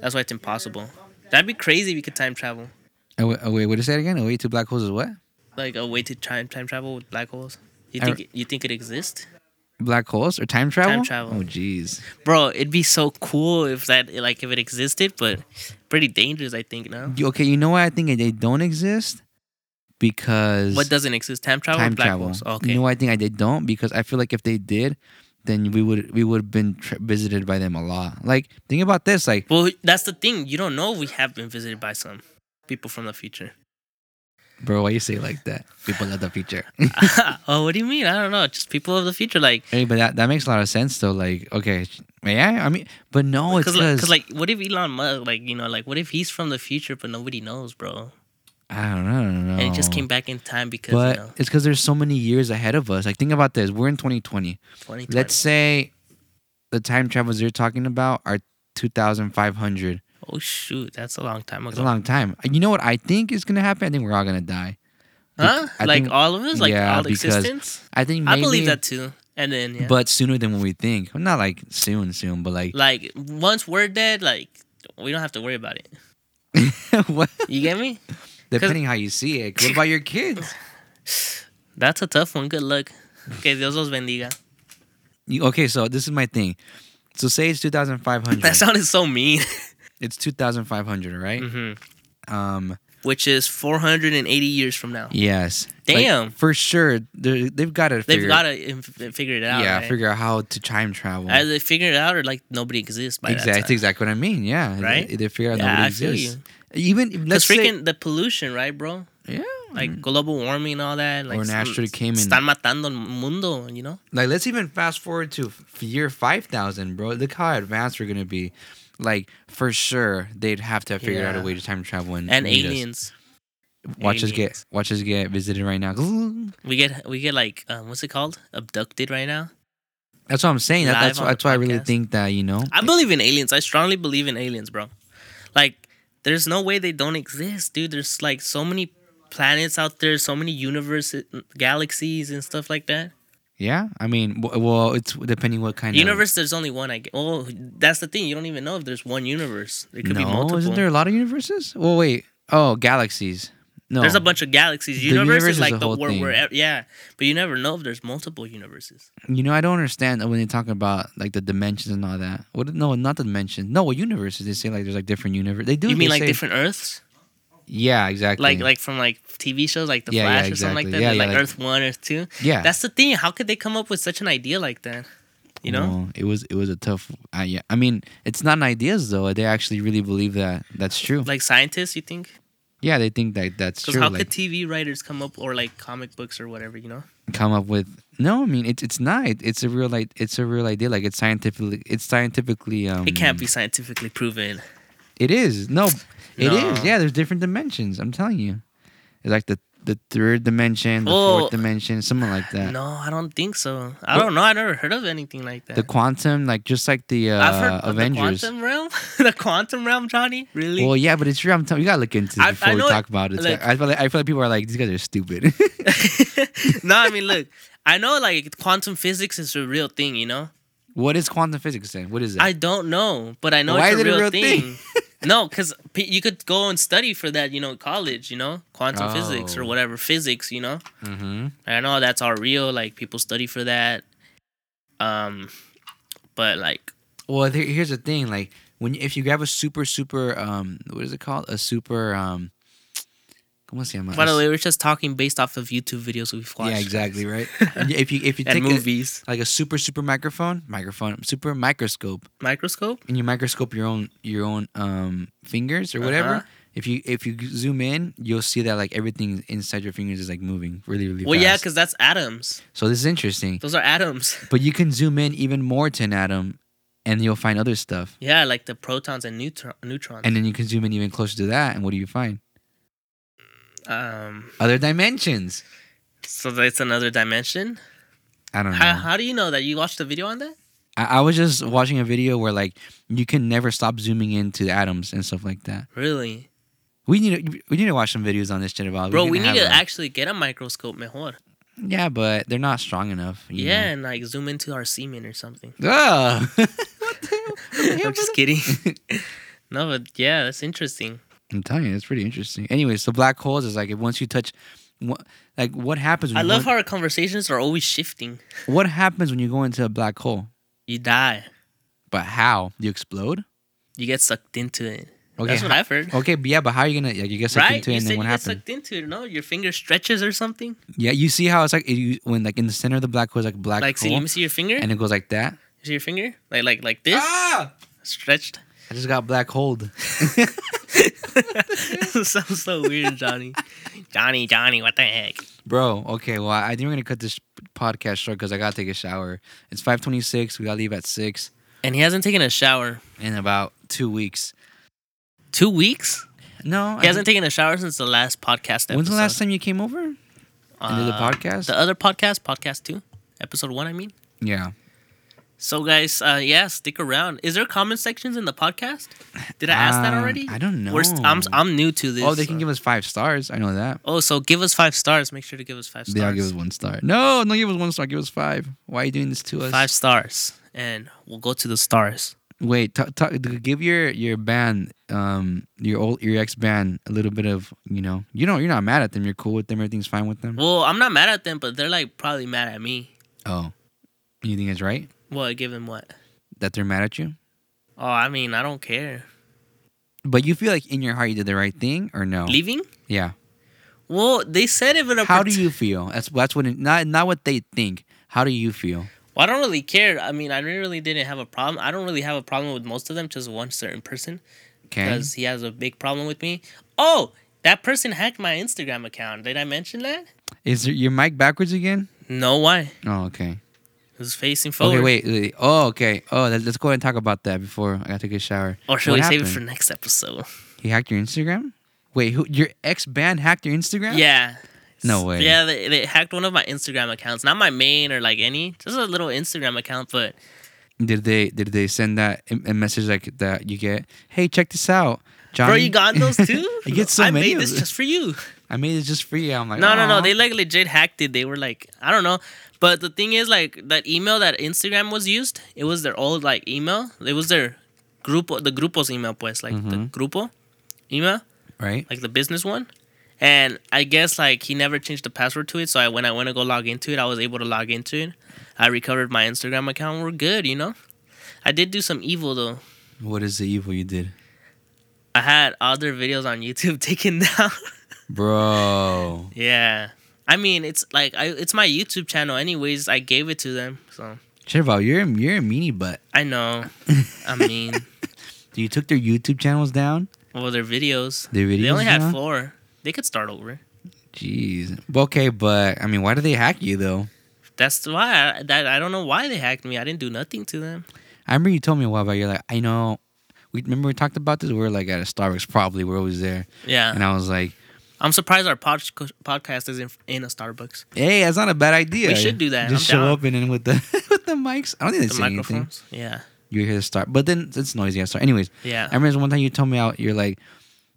Speaker 2: That's why it's impossible. That'd be crazy if you could time travel.
Speaker 1: Oh, wait, oh, wait, what is that again? Away to black holes is what?
Speaker 2: Like a way to time time travel with black holes. You
Speaker 1: I-
Speaker 2: think you think it exists,
Speaker 1: Black holes or time travel?
Speaker 2: travel.
Speaker 1: Oh, jeez.
Speaker 2: bro? It'd be so cool if that like if it existed, but pretty dangerous. I think now.
Speaker 1: You- Okay, you know why I think they don't exist? Because
Speaker 2: What doesn't exist? Time travel. or
Speaker 1: time
Speaker 2: black
Speaker 1: travel.
Speaker 2: Holes? Okay.
Speaker 1: You know why I think I they don't? Because I feel like if they did, then we would we would have been tr visited by them a lot. Like think about this. Like
Speaker 2: well, that's the thing. You don't know. We have been visited by some people from the future. <laughs>
Speaker 1: bro, why you say it like that? People of the future.
Speaker 2: oh, what do you mean? I don't know. Just people of the future, like.
Speaker 1: <laughs> hey, but that, that makes a lot of sense though. Like okay, yeah, I mean, but no, it's
Speaker 2: Because like,
Speaker 1: because
Speaker 2: 'cause, like, what if Elon Musk, like, you know, like, what if he's from the future but nobody knows, bro?
Speaker 1: I don't know, I don't know.
Speaker 2: And he just came back in time because,
Speaker 1: But
Speaker 2: you know,
Speaker 1: it's because there's so many years ahead of us. Like think about this. We're in 2020.
Speaker 2: 2020.
Speaker 1: Let's say the time travels you're talking about are 2,500.
Speaker 2: oh, shoot, that's a long time
Speaker 1: It's a
Speaker 2: ago.
Speaker 1: long time. Uh, You know what I think is gonna happen? I think we're all gonna die.
Speaker 2: huh?
Speaker 1: I
Speaker 2: like,
Speaker 1: think-
Speaker 2: all of us? Like,
Speaker 1: yeah,
Speaker 2: all
Speaker 1: because
Speaker 2: existence?
Speaker 1: I think maybe,
Speaker 2: I believe that too. And then, yeah.
Speaker 1: but sooner than what we think. Well, not like soon, soon, but like
Speaker 2: like, once we're dead, like, we don't have to worry about it.
Speaker 1: <laughs>
Speaker 2: <laughs>
Speaker 1: what?
Speaker 2: You get me?
Speaker 1: depending how you see it. What about your kids?
Speaker 2: That's a tough one. Good
Speaker 1: <laughs>
Speaker 2: luck. Okay, Dios los bendiga.
Speaker 1: You, okay, so this is my thing. So say it's two thousand five
Speaker 2: That
Speaker 1: hundred.
Speaker 2: sounded so mean.
Speaker 1: it's two thousand five hundred, right?
Speaker 2: hmm
Speaker 1: Um,
Speaker 2: Which is 480 years from now.
Speaker 1: yes. Like,
Speaker 2: Damn.
Speaker 1: for sure, they're- they've got to.
Speaker 2: They've got to figure it out.
Speaker 1: Yeah,
Speaker 2: right?
Speaker 1: figure out how to time travel.
Speaker 2: Either they figure it out or like nobody exists by
Speaker 1: exactly,
Speaker 2: that
Speaker 1: that's
Speaker 2: time.
Speaker 1: exactly what I mean. Yeah,
Speaker 2: Right?
Speaker 1: They, they figure out
Speaker 2: Yeah,
Speaker 1: nobody
Speaker 2: I feel
Speaker 1: exists. Even if-
Speaker 2: Because
Speaker 1: let's
Speaker 2: freaking the pollution, right, bro?
Speaker 1: say, yeah,
Speaker 2: Like global warming and all that. Like
Speaker 1: Or an
Speaker 2: some-
Speaker 1: asteroid came and-
Speaker 2: Están matando el mundo, you know?
Speaker 1: like let's even fast forward to f- year 5000 bro look how advanced we're gonna be like for sure they'd have to have figured out a
Speaker 2: Yeah.
Speaker 1: way to time travel and,
Speaker 2: And
Speaker 1: meet us.
Speaker 2: aliens.
Speaker 1: watch us get
Speaker 2: Aliens.
Speaker 1: watch us get visited right now <gasps>
Speaker 2: We get we get like um, what's it called? Abducted right now.
Speaker 1: that's what i'm saying that,
Speaker 2: Live
Speaker 1: that's
Speaker 2: on
Speaker 1: that's
Speaker 2: the
Speaker 1: why i really
Speaker 2: podcast.
Speaker 1: think that you know
Speaker 2: I believe in aliens. I strongly believe in aliens, bro. Like there's no way they don't exist, dude. There's like so many planets out there, so many universes, galaxies and stuff like that.
Speaker 1: yeah i mean w- well it's depending what kind
Speaker 2: Universe, there's only one. I get. Oh, that's the thing. You don't even know if there's one universe. There
Speaker 1: of
Speaker 2: could
Speaker 1: no
Speaker 2: be multiple.
Speaker 1: isn't there a lot of universes well wait oh galaxies no
Speaker 2: There's a bunch of galaxies.
Speaker 1: The
Speaker 2: Universe,
Speaker 1: universe is
Speaker 2: is like
Speaker 1: a
Speaker 2: the
Speaker 1: whole
Speaker 2: where,
Speaker 1: thing.
Speaker 2: where yeah, but you never know if there's multiple universes.
Speaker 1: you know i don't understand when they talk about like the dimensions and all that what no not the dimensions no what universes they say like there's like different universe they do
Speaker 2: you mean
Speaker 1: they
Speaker 2: like
Speaker 1: say-
Speaker 2: different Earths,
Speaker 1: yeah exactly
Speaker 2: like like from like TV shows like The
Speaker 1: Yeah, yeah,
Speaker 2: Flash or something like
Speaker 1: exactly. Yeah,
Speaker 2: that. They're
Speaker 1: yeah,
Speaker 2: like,
Speaker 1: like-
Speaker 2: Earth One, Earth Two.
Speaker 1: yeah
Speaker 2: That's the thing. How could they come up with such an idea like that? You know,
Speaker 1: Well, it was it was a tough. Uh, yeah, I mean, it's not an ideas though. They actually really believe that that's true.
Speaker 2: like scientists. You think?
Speaker 1: yeah, they think that that's
Speaker 2: Because
Speaker 1: true.
Speaker 2: how
Speaker 1: like,
Speaker 2: could TV writers come up or like comic books or whatever? You know,
Speaker 1: come up with no. I mean, it's it's not. It- It's a real like it's a real idea. Like it's scientifically it's scientifically. Um,
Speaker 2: it can't be scientifically proven.
Speaker 1: It is no. it is.
Speaker 2: No.
Speaker 1: Yeah, there's different dimensions. I'm telling you, it's like the the third dimension, the
Speaker 2: Well,
Speaker 1: fourth dimension, something like that.
Speaker 2: No, I don't think so. I
Speaker 1: Well-
Speaker 2: don't know. I never heard of anything like that.
Speaker 1: The quantum, like just like the uh,
Speaker 2: I've heard of
Speaker 1: Avengers.
Speaker 2: the quantum realm. <laughs> the quantum realm, Johnny. Really?
Speaker 1: Well, <laughs> yeah, but it's true. I'm telling you, gotta look into this
Speaker 2: I- I
Speaker 1: before we
Speaker 2: know it-
Speaker 1: talk about it. It's
Speaker 2: like-
Speaker 1: like- I, feel like, I feel like people are like, these guys are stupid.
Speaker 2: <laughs>
Speaker 1: <laughs>
Speaker 2: no, I mean, look, I know like quantum physics is a real thing, you know?
Speaker 1: What is quantum physics then? What is it?
Speaker 2: I don't know, but I know
Speaker 1: Why
Speaker 2: it's
Speaker 1: is
Speaker 2: a
Speaker 1: it
Speaker 2: real, thing.
Speaker 1: <laughs>
Speaker 2: no, because p- you could go and study for that, you know, in college, you know, quantum physics or
Speaker 1: Oh.
Speaker 2: whatever physics, you know?
Speaker 1: mm-hmm.
Speaker 2: I know that's all real. Like, people study for that. Um, but like
Speaker 1: Well, there, here's the thing: like when if you grab a super super um what is it called a super um ¿cómo se llama?
Speaker 2: by the way, we're just talking based off of YouTube videos we've watched.
Speaker 1: yeah, exactly right.
Speaker 2: <laughs>
Speaker 1: And if you if you
Speaker 2: And
Speaker 1: take a,
Speaker 2: movies,
Speaker 1: like a super super microphone microphone super microscope
Speaker 2: microscope.
Speaker 1: and you microscope your own your own um fingers or whatever.
Speaker 2: Uh-huh.
Speaker 1: If you if you zoom in, you'll see that like everything inside your fingers is like moving really really
Speaker 2: Well, yeah,
Speaker 1: fast.
Speaker 2: because that's atoms.
Speaker 1: so this is interesting.
Speaker 2: Those are atoms. <laughs>
Speaker 1: But you can zoom in even more to an atom, and you'll find other stuff.
Speaker 2: Yeah, like the protons and neutron, neutrons.
Speaker 1: And then you can zoom in even closer to that, and what do you find?
Speaker 2: um,
Speaker 1: Other dimensions.
Speaker 2: so that's another dimension.
Speaker 1: I don't know.
Speaker 2: How, how do you know that? You watched a video on that?
Speaker 1: I, I was just watching a video where like you can never stop zooming into atoms and stuff like that.
Speaker 2: Really,
Speaker 1: We need to, we need to watch some videos on this shit about.
Speaker 2: bro? We,
Speaker 1: can
Speaker 2: need
Speaker 1: have
Speaker 2: to
Speaker 1: one.
Speaker 2: actually get a microscope, mejor.
Speaker 1: Yeah, but they're not strong enough. you
Speaker 2: Yeah,
Speaker 1: know.
Speaker 2: and like zoom into our semen or something.
Speaker 1: Ugh. <laughs> what the hell?
Speaker 2: <laughs> I'm just kidding.
Speaker 1: <laughs>
Speaker 2: <laughs> no, but yeah, that's interesting.
Speaker 1: I'm telling you, it's pretty interesting. Anyway, so black holes is like if once you touch, what, like what happens? When
Speaker 2: I
Speaker 1: you
Speaker 2: love
Speaker 1: go,
Speaker 2: how our conversations are always shifting.
Speaker 1: What happens when you go into a black hole?
Speaker 2: You die.
Speaker 1: But how? You explode?
Speaker 2: You get sucked into it.
Speaker 1: Okay.
Speaker 2: that's what
Speaker 1: ho-
Speaker 2: I've heard.
Speaker 1: Okay, but yeah, but how are you gonna? Like, you get <laughs> sucked
Speaker 2: right?
Speaker 1: into it, and
Speaker 2: you said
Speaker 1: then what
Speaker 2: you
Speaker 1: happens?
Speaker 2: get sucked into it. No, your finger stretches or something.
Speaker 1: Yeah, you see how it's like it, you, when like in the center of the black hole is like a black
Speaker 2: like, see,
Speaker 1: hole,
Speaker 2: let me see your finger.
Speaker 1: and it goes like that.
Speaker 2: see your finger? Like, like, like this
Speaker 1: Ah!
Speaker 2: stretched.
Speaker 1: I just got black holed. <laughs>
Speaker 2: that sounds so weird, Johnny. <laughs> Johnny, Johnny, what the heck?
Speaker 1: Bro, okay, well, I think we're gonna cut this podcast short because I gotta take a shower. It's five twenty six. We gotta leave at six
Speaker 2: And he hasn't taken a shower.
Speaker 1: in about two weeks.
Speaker 2: Two weeks?
Speaker 1: No,
Speaker 2: He hasn't taken a shower since the last podcast episode.
Speaker 1: When's the last time you came over and did the
Speaker 2: Uh,
Speaker 1: podcast?
Speaker 2: The other podcast, podcast two, episode one, I mean.
Speaker 1: yeah,
Speaker 2: So, guys, uh, yeah, stick around. Is there comment sections in the podcast? Did I ask that
Speaker 1: Uh,
Speaker 2: already?
Speaker 1: I don't know.
Speaker 2: We're st- I'm, I'm new to this.
Speaker 1: oh, they can
Speaker 2: so-
Speaker 1: give us five stars. I know that.
Speaker 2: Oh, so give us five stars. Make sure to give us five
Speaker 1: They all
Speaker 2: stars.
Speaker 1: give us one star. No, no, give us one star. Give us five. Why are you doing this to us?
Speaker 2: five stars, and we'll go to the stars.
Speaker 1: Wait, t- t- give your your band, um, your old your ex band, a little bit of you know. You don't. You're not mad at them. You're cool with them. Everything's fine with them.
Speaker 2: Well, I'm not mad at them, but they're like probably mad at me.
Speaker 1: Oh, you think it's right
Speaker 2: What? Give them what?
Speaker 1: that they're mad at you?
Speaker 2: Oh, I mean, I don't care.
Speaker 1: But you feel like in your heart you did the right thing, or no?
Speaker 2: Leaving?
Speaker 1: Yeah.
Speaker 2: Well, they said if it. a
Speaker 1: How do
Speaker 2: pret-
Speaker 1: you feel? That's that's what it, not not what they think. How do you feel?
Speaker 2: Well, I don't really care. I mean, I really didn't have a problem. I don't really have a problem with most of them, just one certain person,
Speaker 1: Okay.
Speaker 2: because he has a big problem with me. Oh, that person hacked my Instagram account. Did I mention that?
Speaker 1: Is there, your mic backwards again?
Speaker 2: No, why?
Speaker 1: Oh, okay.
Speaker 2: It was facing forward.
Speaker 1: Okay, wait, wait. Oh, okay. Oh, let, us go ahead and talk about that before I gotta take a shower.
Speaker 2: Or Oh, should
Speaker 1: What
Speaker 2: we save it
Speaker 1: happened?
Speaker 2: for next episode?
Speaker 1: He hacked your Instagram? Wait, who your ex band hacked your Instagram?
Speaker 2: Yeah.
Speaker 1: No way.
Speaker 2: Yeah, they, they hacked one of my Instagram accounts. Not my main or like any, just a little Instagram account, but
Speaker 1: Did they did they send that a- a message like that you get? Hey, check this out. Johnny,
Speaker 2: Bro, you got those too?
Speaker 1: I get so
Speaker 2: I
Speaker 1: many
Speaker 2: made
Speaker 1: of
Speaker 2: this
Speaker 1: them.
Speaker 2: just for you.
Speaker 1: <laughs> I made it just for you. I'm like,
Speaker 2: No, no, no.
Speaker 1: "Aw."
Speaker 2: They like legit hacked it. They were like, I don't know. But the thing is, like that email that Instagram was used, it was their old like email. It was their grupo, the grupo's email, pues, like the
Speaker 1: Mhm.
Speaker 2: grupo email,
Speaker 1: right.
Speaker 2: like the business one. And I guess like he never changed the password to it. So I when I went to go log into it, I was able to log into it. I recovered my Instagram account. We're good, you know. I did do some evil though.
Speaker 1: What is the evil you did,
Speaker 2: I had other videos on YouTube <laughs> taken down.
Speaker 1: bro?
Speaker 2: Yeah. I mean, it's like I it's my YouTube channel anyways. I gave it to them. So,
Speaker 1: Shit, about you're a- you're a meanie butt.
Speaker 2: I know.
Speaker 1: <laughs>
Speaker 2: I mean,
Speaker 1: You took their YouTube channels down.
Speaker 2: well, their videos.
Speaker 1: Their videos.
Speaker 2: They only had
Speaker 1: down?
Speaker 2: four. They could start over.
Speaker 1: Jeez. Okay, but I mean, why did they hack you though?
Speaker 2: That's why I, that I don't know why they hacked me. I didn't do nothing to them.
Speaker 1: I remember you told me a while back. You're like, I know. We remember we talked about this. We were like at a Starbucks, probably. We're always there,
Speaker 2: Yeah.
Speaker 1: and I was like,
Speaker 2: I'm surprised our pod- podcast is in, in a Starbucks.
Speaker 1: "Hey, that's not a bad idea.
Speaker 2: We should do that.
Speaker 1: Just
Speaker 2: I'm
Speaker 1: show
Speaker 2: down.
Speaker 1: up and then with the <laughs> with the mics. I don't think they
Speaker 2: The
Speaker 1: say anything.
Speaker 2: microphones. Yeah.
Speaker 1: You hear the start, but then it's noisy. I start. Anyways, I
Speaker 2: Yeah.
Speaker 1: remember one time you told me out. You're like,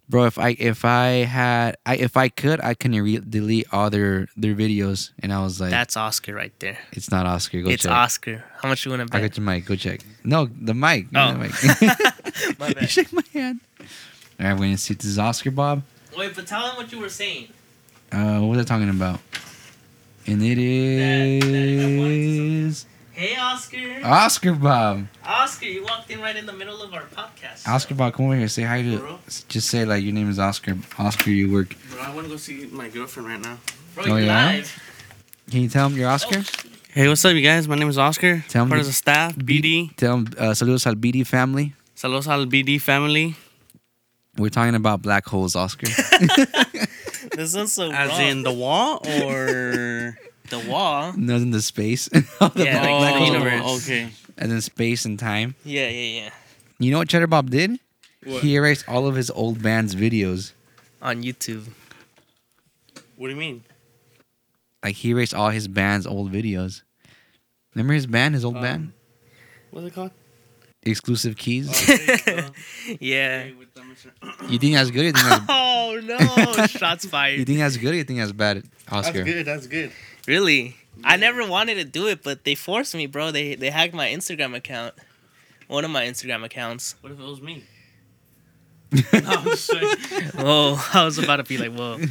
Speaker 1: bro, if I if I had I if I could, I couldn't re- delete all their their videos. And I was like,
Speaker 2: That's Oscar right there.
Speaker 1: it's not Oscar. Go
Speaker 2: it's
Speaker 1: check.
Speaker 2: Oscar. How much you want to
Speaker 1: I
Speaker 2: bet?
Speaker 1: got your mic. Go check. No, the mic. Give me
Speaker 2: Oh.
Speaker 1: <laughs> the mic.
Speaker 2: <laughs> My
Speaker 1: you
Speaker 2: bad.
Speaker 1: shake my hand. All right, we're gonna see. This is Oscar Bob.
Speaker 2: Wait, but tell them what you were saying.
Speaker 1: Uh, what was I talking about? And it
Speaker 2: that one
Speaker 1: is
Speaker 2: Hey, Oscar.
Speaker 1: Oscar Bob.
Speaker 2: Oscar, you walked in right in the middle of our podcast.
Speaker 1: Oscar Bob, come over here. Say hi to.
Speaker 3: Bro.
Speaker 1: Just say like your name is Oscar. Oscar, you work.
Speaker 3: Bro, I want to go see my girlfriend right now.
Speaker 2: Bro,
Speaker 1: Oh,
Speaker 2: you're
Speaker 1: yeah?
Speaker 2: live.
Speaker 1: Can you tell him you're Oscar?
Speaker 3: Hey, what's up, you guys? My name is Oscar.
Speaker 1: Tell me-
Speaker 3: part of the staff,
Speaker 2: Oh,
Speaker 3: BD.
Speaker 1: Tell him uh, saludos al BD family.
Speaker 3: Saludos al BD family.
Speaker 1: We're talking about black holes,
Speaker 2: <laughs>
Speaker 1: Oscar.
Speaker 2: This sounds so
Speaker 3: As
Speaker 2: wrong.
Speaker 3: in the wall <laughs> or Oh,
Speaker 2: the wall.
Speaker 1: Nothing to space. <laughs> All the
Speaker 2: Yeah,
Speaker 1: black,
Speaker 2: like
Speaker 1: black
Speaker 2: the
Speaker 1: holes.
Speaker 2: universe.
Speaker 3: Okay.
Speaker 1: And then space and time.
Speaker 2: Yeah, yeah, yeah.
Speaker 1: You know what Cheddar Bob did?
Speaker 3: What?
Speaker 1: He erased all of his old band's videos.
Speaker 2: On YouTube.
Speaker 3: What do you mean?
Speaker 1: Like he erased all his band's old videos. Remember his band, his old
Speaker 3: Um,
Speaker 2: Uh,
Speaker 1: band,
Speaker 3: What's it called?
Speaker 1: Exclusive Keys.
Speaker 2: <laughs> oh, Yeah.
Speaker 1: You think that's good? or You think
Speaker 3: <laughs>
Speaker 1: that's,
Speaker 2: Oh
Speaker 1: <laughs>
Speaker 2: no! Shots
Speaker 1: you
Speaker 2: fired.
Speaker 1: think that's good? Or you think that's bad, Oscar?
Speaker 3: That's good.
Speaker 2: Really? I never wanted to do it, but they forced me, bro. They they hacked my Instagram account. One of my Instagram accounts.
Speaker 3: What if it
Speaker 1: <laughs>
Speaker 3: was me?
Speaker 2: Whoa! <laughs> I was about to be like, whoa. Wait,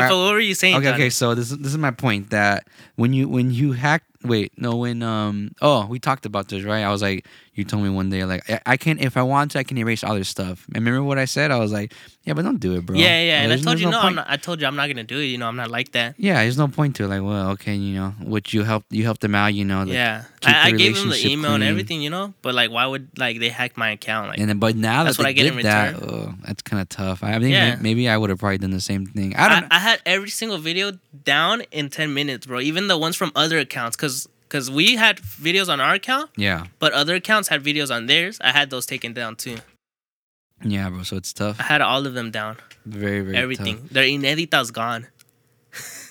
Speaker 1: Alright.
Speaker 2: but what were you saying?
Speaker 1: okay,
Speaker 2: John?
Speaker 1: okay. So this is this is my point that when you when you hack, wait, no, when um, oh, we talked about this, right? I was like, you told me one day, like, I, I can if I want to, I can erase all this stuff. And remember what I said? I was like, yeah, but don't do it, bro.
Speaker 2: Yeah, yeah. And I
Speaker 1: There's-
Speaker 2: told
Speaker 1: there's
Speaker 2: you no. I'm
Speaker 1: point.
Speaker 2: not, I told you I'm not gonna do it. You know, I'm not like that.
Speaker 1: Yeah, there's no point to it. Like, well, okay, you know, which you helped you helped them out, you know, like,
Speaker 2: yeah.
Speaker 1: keep
Speaker 2: I, I
Speaker 1: the
Speaker 2: gave them the
Speaker 1: relationship
Speaker 2: email and
Speaker 1: clean.
Speaker 2: everything, you know. But like, why would like they hack my account? Like,
Speaker 1: And then, but now
Speaker 2: That's
Speaker 1: that
Speaker 2: what
Speaker 1: they
Speaker 2: I get in
Speaker 1: did that, oh, that's kind of tough. I think
Speaker 2: Yeah.
Speaker 1: may- maybe I would have probably done the same thing. I
Speaker 2: I,
Speaker 1: don't.
Speaker 2: I had every single video down in 10 minutes, bro. Even the ones from other accounts, cause cause we had videos on our account,
Speaker 1: yeah,
Speaker 2: but other accounts had videos on theirs. I had those taken down too.
Speaker 1: yeah, bro. So it's tough.
Speaker 2: I had all of them down.
Speaker 1: Very, very
Speaker 2: Everything.
Speaker 1: Tough.
Speaker 2: Their inedita's gone.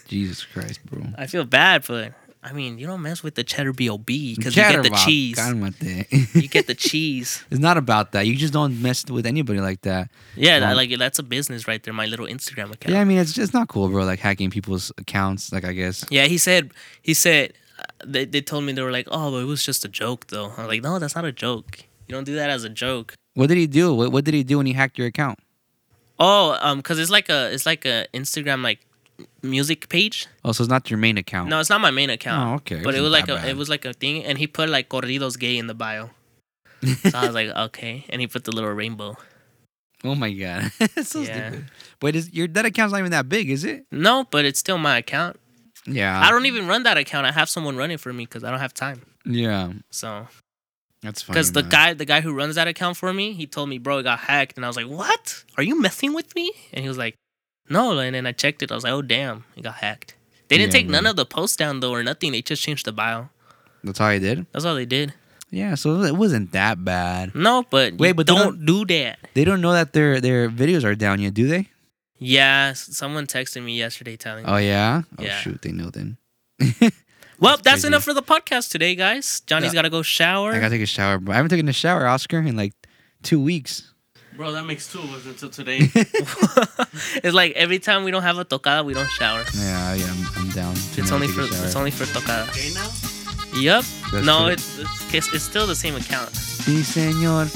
Speaker 1: Jesus Christ, bro.
Speaker 2: I feel bad, but I mean, you don't mess with the cheddar bob because you get the
Speaker 1: Chatterbox,
Speaker 2: cheese.
Speaker 1: cálmate. <laughs>
Speaker 2: You get the cheese.
Speaker 1: it's not about that. You just don't mess with anybody like that.
Speaker 2: Yeah, that-
Speaker 1: Well-
Speaker 2: like that's a business right there. My little Instagram account.
Speaker 1: Yeah, I mean, it's just not cool, bro. Like hacking people's accounts. Like I guess.
Speaker 2: Yeah, he said. He said. uh, They, they told me they were like, oh, but it was just a joke though. I'm like, no, that's not a joke. You don't do that as a joke.
Speaker 1: What did he do? What, what did he do when he hacked your account?
Speaker 2: Oh, um, cause it's like a it's like a Instagram like music page.
Speaker 1: Oh, so it's not your main account.
Speaker 2: No, it's not my main account.
Speaker 1: Oh, okay.
Speaker 2: But it
Speaker 1: Wasn't
Speaker 2: was like
Speaker 1: that
Speaker 2: a
Speaker 1: bad.
Speaker 2: it was like a thing, and he put like corridos gay in the bio.
Speaker 1: <laughs>
Speaker 2: So I was like, okay, and he put the little rainbow.
Speaker 1: oh my god, <laughs> it's so
Speaker 2: Yeah.
Speaker 1: stupid. But is your that account's not even that big, is it?
Speaker 2: No, but it's still my account.
Speaker 1: Yeah.
Speaker 2: I don't even run that account. I have someone run it for me because I don't have time.
Speaker 1: Yeah,
Speaker 2: So,
Speaker 1: that's funny.
Speaker 2: because the
Speaker 1: man.
Speaker 2: guy, the guy who runs that account for me, he told me, bro, it got hacked, and I was like, what? Are you messing with me? And he was like, no. And then I checked it. I was like, oh damn, it got hacked. They didn't
Speaker 1: Yeah,
Speaker 2: take none
Speaker 1: bro.
Speaker 2: of the posts down though or nothing. They just changed the bio.
Speaker 1: That's all he did.
Speaker 2: That's all they did.
Speaker 1: Yeah, so it wasn't that bad.
Speaker 2: No, but
Speaker 1: Wait,
Speaker 2: wait,
Speaker 1: but
Speaker 2: but
Speaker 1: they
Speaker 2: don't do that.
Speaker 1: They don't know that their their videos are down yet, do they?
Speaker 2: Yeah, s- someone texted me yesterday telling. me.
Speaker 1: Oh yeah. Oh
Speaker 2: Yeah.
Speaker 1: shoot, they know then. <laughs>
Speaker 2: well, that's,
Speaker 1: crazy.
Speaker 2: enough for the podcast today, guys. Johnny's
Speaker 1: Yeah.
Speaker 2: got to go shower.
Speaker 1: I gotta take a shower, but I haven't taken a shower, Oscar, in like two weeks.
Speaker 3: Bro, that makes two of us
Speaker 1: <laughs>
Speaker 3: until today.
Speaker 2: it's like every time we don't have a tocada, we don't shower.
Speaker 1: Yeah, yeah, I'm, I'm down. to
Speaker 2: It's
Speaker 1: never
Speaker 2: only
Speaker 1: take
Speaker 2: for
Speaker 1: a
Speaker 2: it's
Speaker 1: shower.
Speaker 2: only for tocada.
Speaker 3: okay now?
Speaker 2: Yep.
Speaker 1: That's
Speaker 2: no,
Speaker 1: true.
Speaker 2: it's, it's it's- it's still the same account.
Speaker 1: Sí, señor.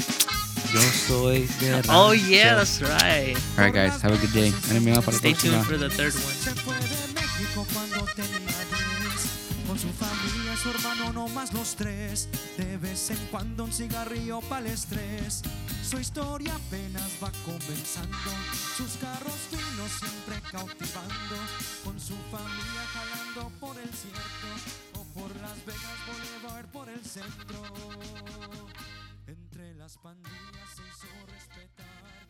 Speaker 1: Yo soy de
Speaker 2: Oh
Speaker 1: Rancho.
Speaker 2: yeah, that's right.
Speaker 1: All right, guys, have a good day. Ánimo para la
Speaker 2: Stay tuned
Speaker 1: próxima.
Speaker 2: for the third one.
Speaker 4: Se fue de México cuando tenía 10. Con su familia, su hermano, no más los tres. De vez en cuando un cigarrillo para el estrés. Su historia apenas va comenzando. Sus carros finos siempre cautivando. Con su familia jalando por el cierto. O por Las Vegas Boulevard, por el centro. Entre las pandillas se hizo respetar.